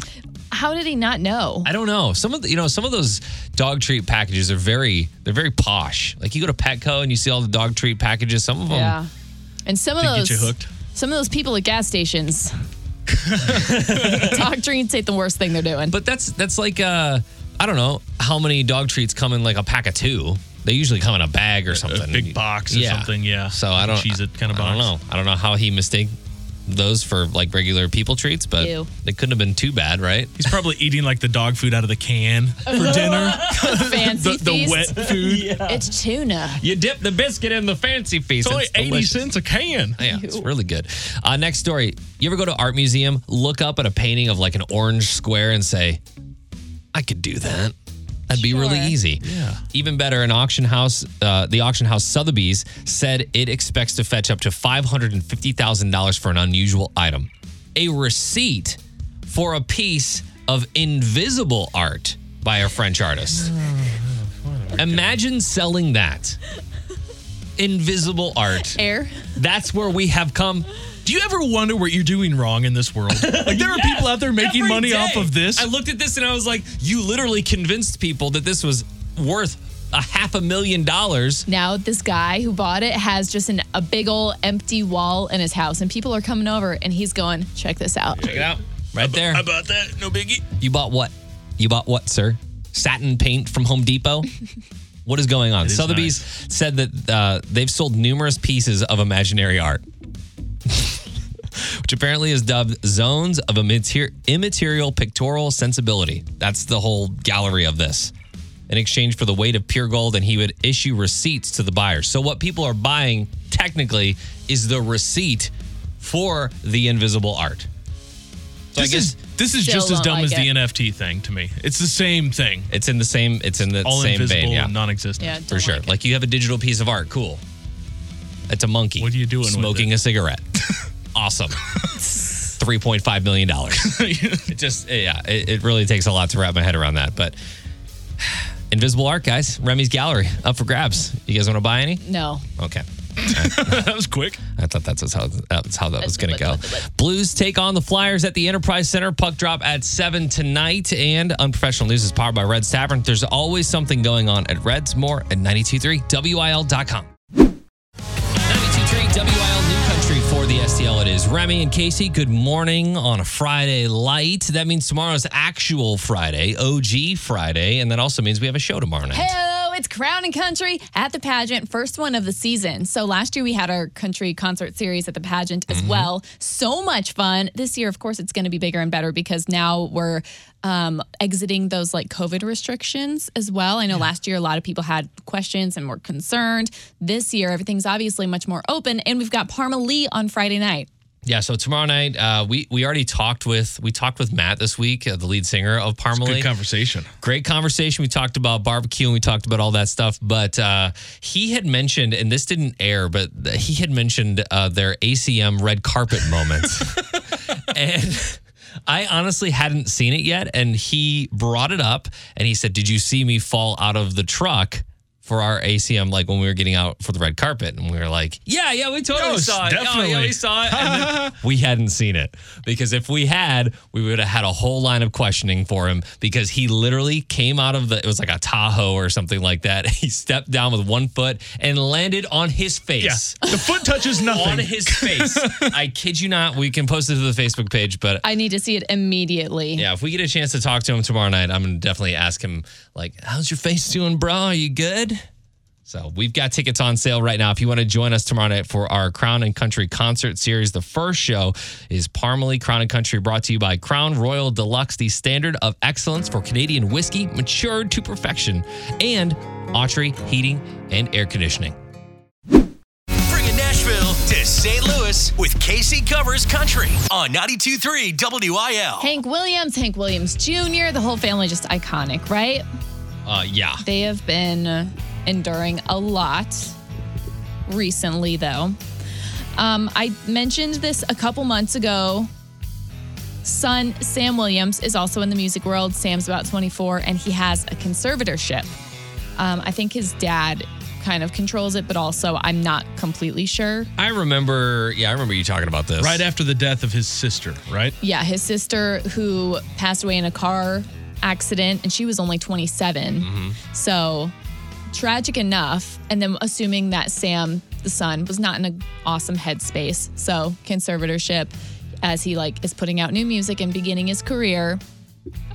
S2: How did he not know?
S1: I don't know. Some of the, you know some of those dog treat packages are very they're very posh. Like you go to Petco and you see all the dog treat packages. Some of them,
S2: yeah. And some of
S5: They
S2: those
S5: get you hooked.
S2: some of those people at gas stations. Dog treats ain't the worst thing they're doing.
S1: but that's that's like uh I don't know how many dog treats come in like a pack of two. They usually come in a bag or something,
S5: A big box or
S1: Yeah.
S5: something, yeah.
S1: So I don't
S5: Cheese it kind of box.
S1: I don't know. I don't know how he mistake those for like regular people treats, but
S2: Ew.
S1: they couldn't have been too bad, right?
S5: He's probably eating like the dog food out of the can for dinner.
S2: Fancy
S5: the, the
S2: feast.
S5: wet food.
S2: It's tuna.
S1: You dip the biscuit in the fancy feast.
S5: It's only
S1: It's
S5: 80
S1: delicious.
S5: cents a can.
S1: Yeah, it's really good. Uh, next story. You ever go to art museum, look up at a painting of like an orange square and say, I could do that. That'd be really
S2: Sure.
S1: easy. Yeah. Even better, an auction house, uh, the auction house Sotheby's said it expects to fetch up to $550,000 for an unusual item. A receipt for a piece of invisible art by a French artist. Imagine selling that. Invisible art.
S2: Air.
S1: That's where we have come.
S5: Do you ever wonder what you're doing wrong in this world? Like there are people out there making
S1: Every
S5: money
S1: day.
S5: off of this.
S1: I looked at this and I was like, you literally convinced people that this was worth a half a million dollars.
S2: Now this guy who bought it has just an, a big old empty wall in his house, and people are coming over, and he's going, check this out.
S1: Check it out. Right there.
S5: How about that? No biggie.
S1: You bought what? You bought what, sir? Satin paint from Home Depot? what is going on?
S5: is
S1: Sotheby's said that uh, they've sold numerous pieces of imaginary art, which apparently is dubbed zones of immater- immaterial pictorial sensibility. That's the whole gallery of this. In exchange for the weight of pure gold, and he would issue receipts to the buyer. So, what people are buying technically is the receipt for the invisible art. So,
S5: This is this is
S2: Still
S5: just as
S2: don't
S5: dumb
S2: like
S5: as the
S2: it.
S5: NFT thing to me. It's the same thing.
S1: It's in the same. It's in the
S5: All
S1: same
S5: invisible
S1: vein, yeah,
S5: and non-existent.
S2: Yeah,
S1: for
S2: don't
S1: sure.
S2: like
S1: Like,
S2: it.
S1: you have a digital piece of art, cool. It's a monkey.
S5: What are you doing with
S1: Smoking
S5: it?
S1: a cigarette. awesome. Three point five million dollars. it just eh, yeah, it, it really takes a lot to wrap my head around that. But invisible art, guys. Remy's gallery up for grabs. You guys want to buy any?
S2: No.
S1: Okay.
S5: that was quick.
S1: I thought that's how that's how that was going to go.
S2: what- what- what-
S1: Blues take on the Flyers at the Enterprise Center. Puck drop at seven tonight. And unprofessional news is powered by Reds Tavern. There's always something going on at Reds. More at 923 WIL.com. 923 WIL New Country for the STL. It is Remy and Casey. Good morning on a Friday light. That means tomorrow's actual Friday, OG Friday, and that also means we have a show tomorrow night.
S2: Hello, it's Crown and Country at the pageant, first one of the season. So last year we had our country concert series at the pageant as well. So much fun. This year, of course, it's going to be bigger and better because now we're um, exiting those like COVID restrictions as well. I know last year a lot of people had questions and were concerned. This year, everything's obviously much more open, and we've got Parma Lee on Friday night.
S1: Yeah, so tomorrow night, uh, we we already talked with we talked with Matt this week, uh, the lead singer of Parmalee.
S5: Good conversation.
S1: Great conversation. We talked about barbecue and we talked about all that stuff. But uh, he had mentioned, and this didn't air, but th- he had mentioned uh, their ACM red carpet moments. and I honestly hadn't seen it yet. And he brought it up and he said, Did you see me fall out of the truck for our ACM, like when we were getting out for the red carpet, and we were like, "Yeah, yeah, we totally
S5: Yes,
S1: saw it. Oh, yeah,
S5: definitely.
S1: we saw it." And then we hadn't seen it because if we had, we would have had a whole line of questioning for him because he literally came out of the it was like a Tahoe or something like that. He stepped down with one foot and landed on his face.
S5: The foot touches nothing.
S1: On his face. I kid you not. We can post it to the Facebook page, but
S2: I need to see it immediately.
S1: yeah, if we get a chance to talk to him tomorrow night, I'm gonna definitely ask him like, "How's your face doing, bro? Are you good?" So we've got tickets on sale right now. If you want to join us tomorrow night for our Crown and Country concert series, the first show is Parmalee Crown and Country, brought to you by Crown Royal Deluxe, the standard of excellence for Canadian whiskey, matured to perfection, and Autry Heating and Air Conditioning.
S3: Bringing Nashville to St. Louis with Casey Covers Country on 92.3 WIL.
S2: Hank Williams, Hank Williams Jr., the whole family just iconic, right?
S1: Uh, yeah.
S2: They have been enduring a lot recently, though. Um, I mentioned this a couple months ago. Son Sam Williams is also in the music world. Sam's about 24 and he has a conservatorship. Um, I think his dad kind of controls it, but also I'm not completely sure.
S1: I remember, yeah, I remember you talking about this.
S5: Right after the death of his sister, right?
S2: Yeah, his sister who passed away in a car accident and she was only 27. So tragic enough. And then assuming that Sam, the son, was not in an awesome headspace. So conservatorship as he like is putting out new music and beginning his career.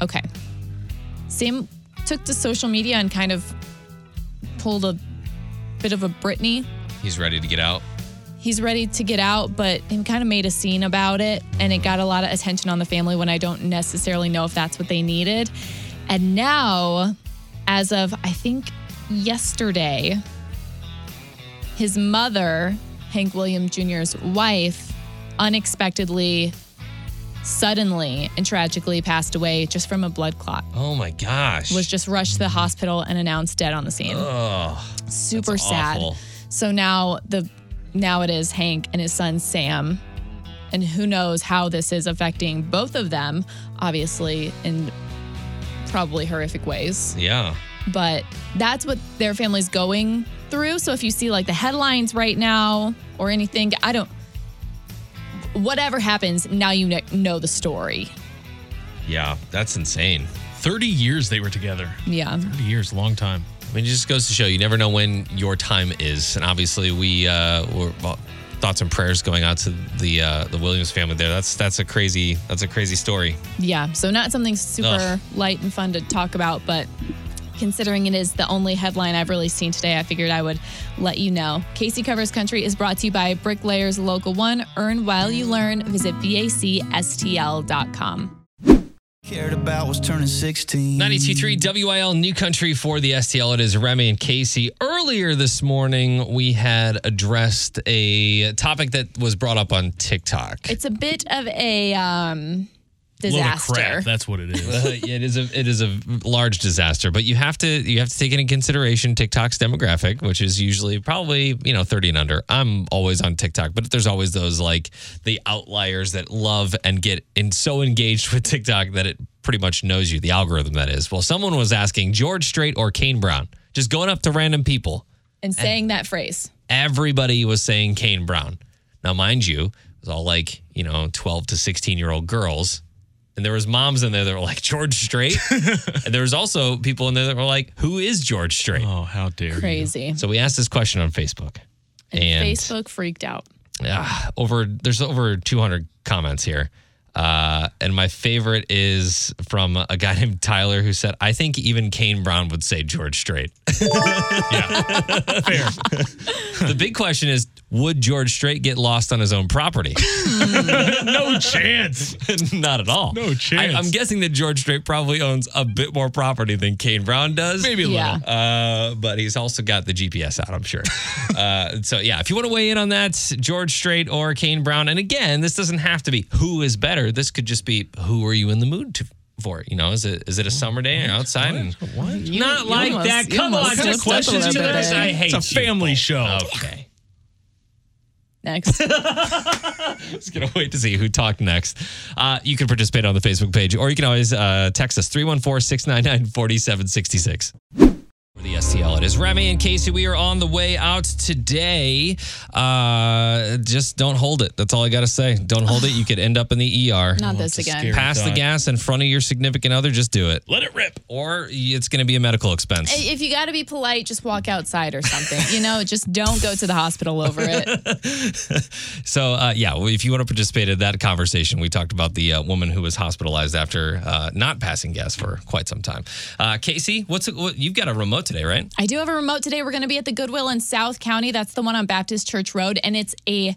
S2: Okay. Sam took to social media and kind of pulled a bit of a Britney
S1: He's ready to get out.
S2: he's ready to get out, but he kind of made a scene about it and it got a lot of attention on the family when I don't necessarily know if that's what they needed. And now, as of I think yesterday, his mother, Hank Williams Jr.'s wife, unexpectedly, suddenly, and tragically passed away just from a blood clot.
S1: Oh my gosh.
S2: Was just rushed to the hospital and announced dead on the scene
S1: Ugh.
S2: super
S1: That's
S2: sad.
S1: awful.
S2: So now the now it is Hank and his son Sam. And who knows how this is affecting both of them, obviously in probably horrific ways.
S1: Yeah.
S2: But that's what their family's going through. So if you see like the headlines right now or anything, I don't whatever happens, now you kn- know the story.
S1: Yeah, that's insane.
S5: 30 years they were together.
S2: Yeah.
S5: 30 years, long time.
S1: I mean, it just goes to show you never know when your time is, and obviously we uh, were well, thoughts and prayers going out to the uh, the Williams family there. That's that's a crazy that's a crazy story.
S2: Yeah, so not something super
S1: Ugh.
S2: light and fun to talk about, but considering it is the only headline I've really seen today, I figured I would let you know. Casey Covers Country is brought to you by Bricklayers Local 1. Earn while you learn. Visit bacstl.com.
S10: cared about was turning 16.
S1: 92.3 WIL New Country for the STL. It is Remy and Casey. Earlier this morning, we had addressed a topic that was brought up on TikTok.
S2: It's a bit of a um, disaster.
S5: crap. That's what it is.
S1: Uh, it is a it is a large disaster, but you have to you have to take into consideration TikTok's demographic, which is usually probably you know thirty and under. I'm always on TikTok, but there's always those like the outliers that love and get and so engaged with TikTok that it pretty much knows you, the algorithm that is. Well, someone was asking George Strait or Kane Brown, just going up to random people
S2: And saying that phrase.
S1: everybody was saying Kane Brown. Now, mind you, it was all like, you know, 12 to 16 year old girls. And there was moms in there that were like, George Strait. and there was also people in there that were like, who is George Strait?
S5: oh, how dare you.
S2: Crazy.
S1: So we asked this question on Facebook. And,
S2: Facebook freaked out.
S1: ah, over there's over 200 comments here. Uh, and my favorite is from a guy named Tyler who said, I think even Kane Brown would say George Strait.
S5: Fair.
S1: the big question is, would George Strait get lost on his own property?
S5: no chance.
S1: Not at all.
S5: No chance.
S1: I, am guessing that George Strait probably owns a bit more property than Kane Brown does.
S5: Maybe a
S2: Yeah.
S5: little.
S1: Uh, but he's also got the GPS out, I'm sure. uh, so, yeah, if you want to weigh in on that, George Strait or Kane Brown. And again, this doesn't have to be who is better. This could just be who are you in the mood to, for? You know, is it is it a summer day and outside? And, Not
S2: you
S1: like
S2: almost-
S1: that.
S2: you
S5: Oh,
S1: Come on,
S2: almost
S1: just
S2: slipped up a
S1: questions to
S2: little bit
S1: this.
S2: there.
S1: I hate
S5: It's a
S1: you.
S5: family show.
S1: Okay.
S2: Next.
S1: Just gonna wait to see who talked next. Uh, you can participate on the Facebook page, or you can always uh, text us 314 699 4766. For the STL, it is Remy and Casey. We are on the way out today. Uh, just don't hold it. That's all I got to say. Don't hold it. You could end up in the ER.
S2: Not this again.
S1: Pass the gas in front of your significant other. Just do it.
S5: Let it rip.
S1: Or it's going to be a medical expense.
S2: If you got to be polite, just walk outside or something. You know, just don't go to the hospital over it.
S1: So, uh, yeah, well, if you want to participate in that conversation, we talked about the uh, woman who was hospitalized after uh, not passing gas for quite some time. Uh, Casey, what's what, you've got a remote today, right?
S2: I do have a remote today. We're going to be at the Goodwill in South County. That's the one on Baptist Church Road, and it's a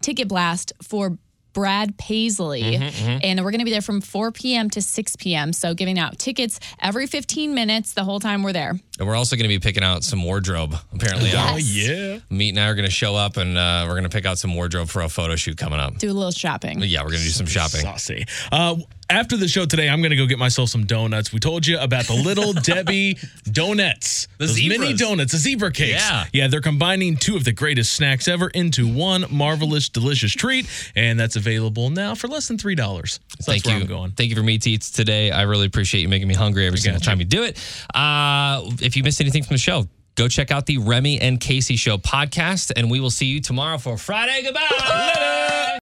S2: ticket blast for Brad Paisley. And we're going to be there from 4 p.m. to 6 p.m. So giving out tickets every 15 minutes the whole time we're there.
S1: And we're also going to be picking out some wardrobe. Apparently,
S2: Yes.
S5: Oh,
S1: Uh, Meet and I are going to show up, and uh, we're going to pick out some wardrobe for a photo shoot coming up.
S2: Do a little shopping.
S1: Yeah, we're going to do some shopping.
S5: Saucy. Uh, after the show today, I'm going to go get myself some donuts. We told you about the Little Debbie donuts.
S1: The
S5: Those mini
S1: zebras.
S5: donuts, the zebra cakes.
S1: Yeah.
S5: Yeah, they're combining two of the greatest snacks ever into one marvelous, delicious treat. And that's available now for less than $3. So
S1: Thank
S5: that's where
S1: you.
S5: I'm going.
S1: Thank you for meat eats today. I really appreciate you making me hungry every single time you do it. Uh, if you missed anything from the show, go check out the Remy and Casey Show podcast, and we will see you tomorrow for Friday. Goodbye.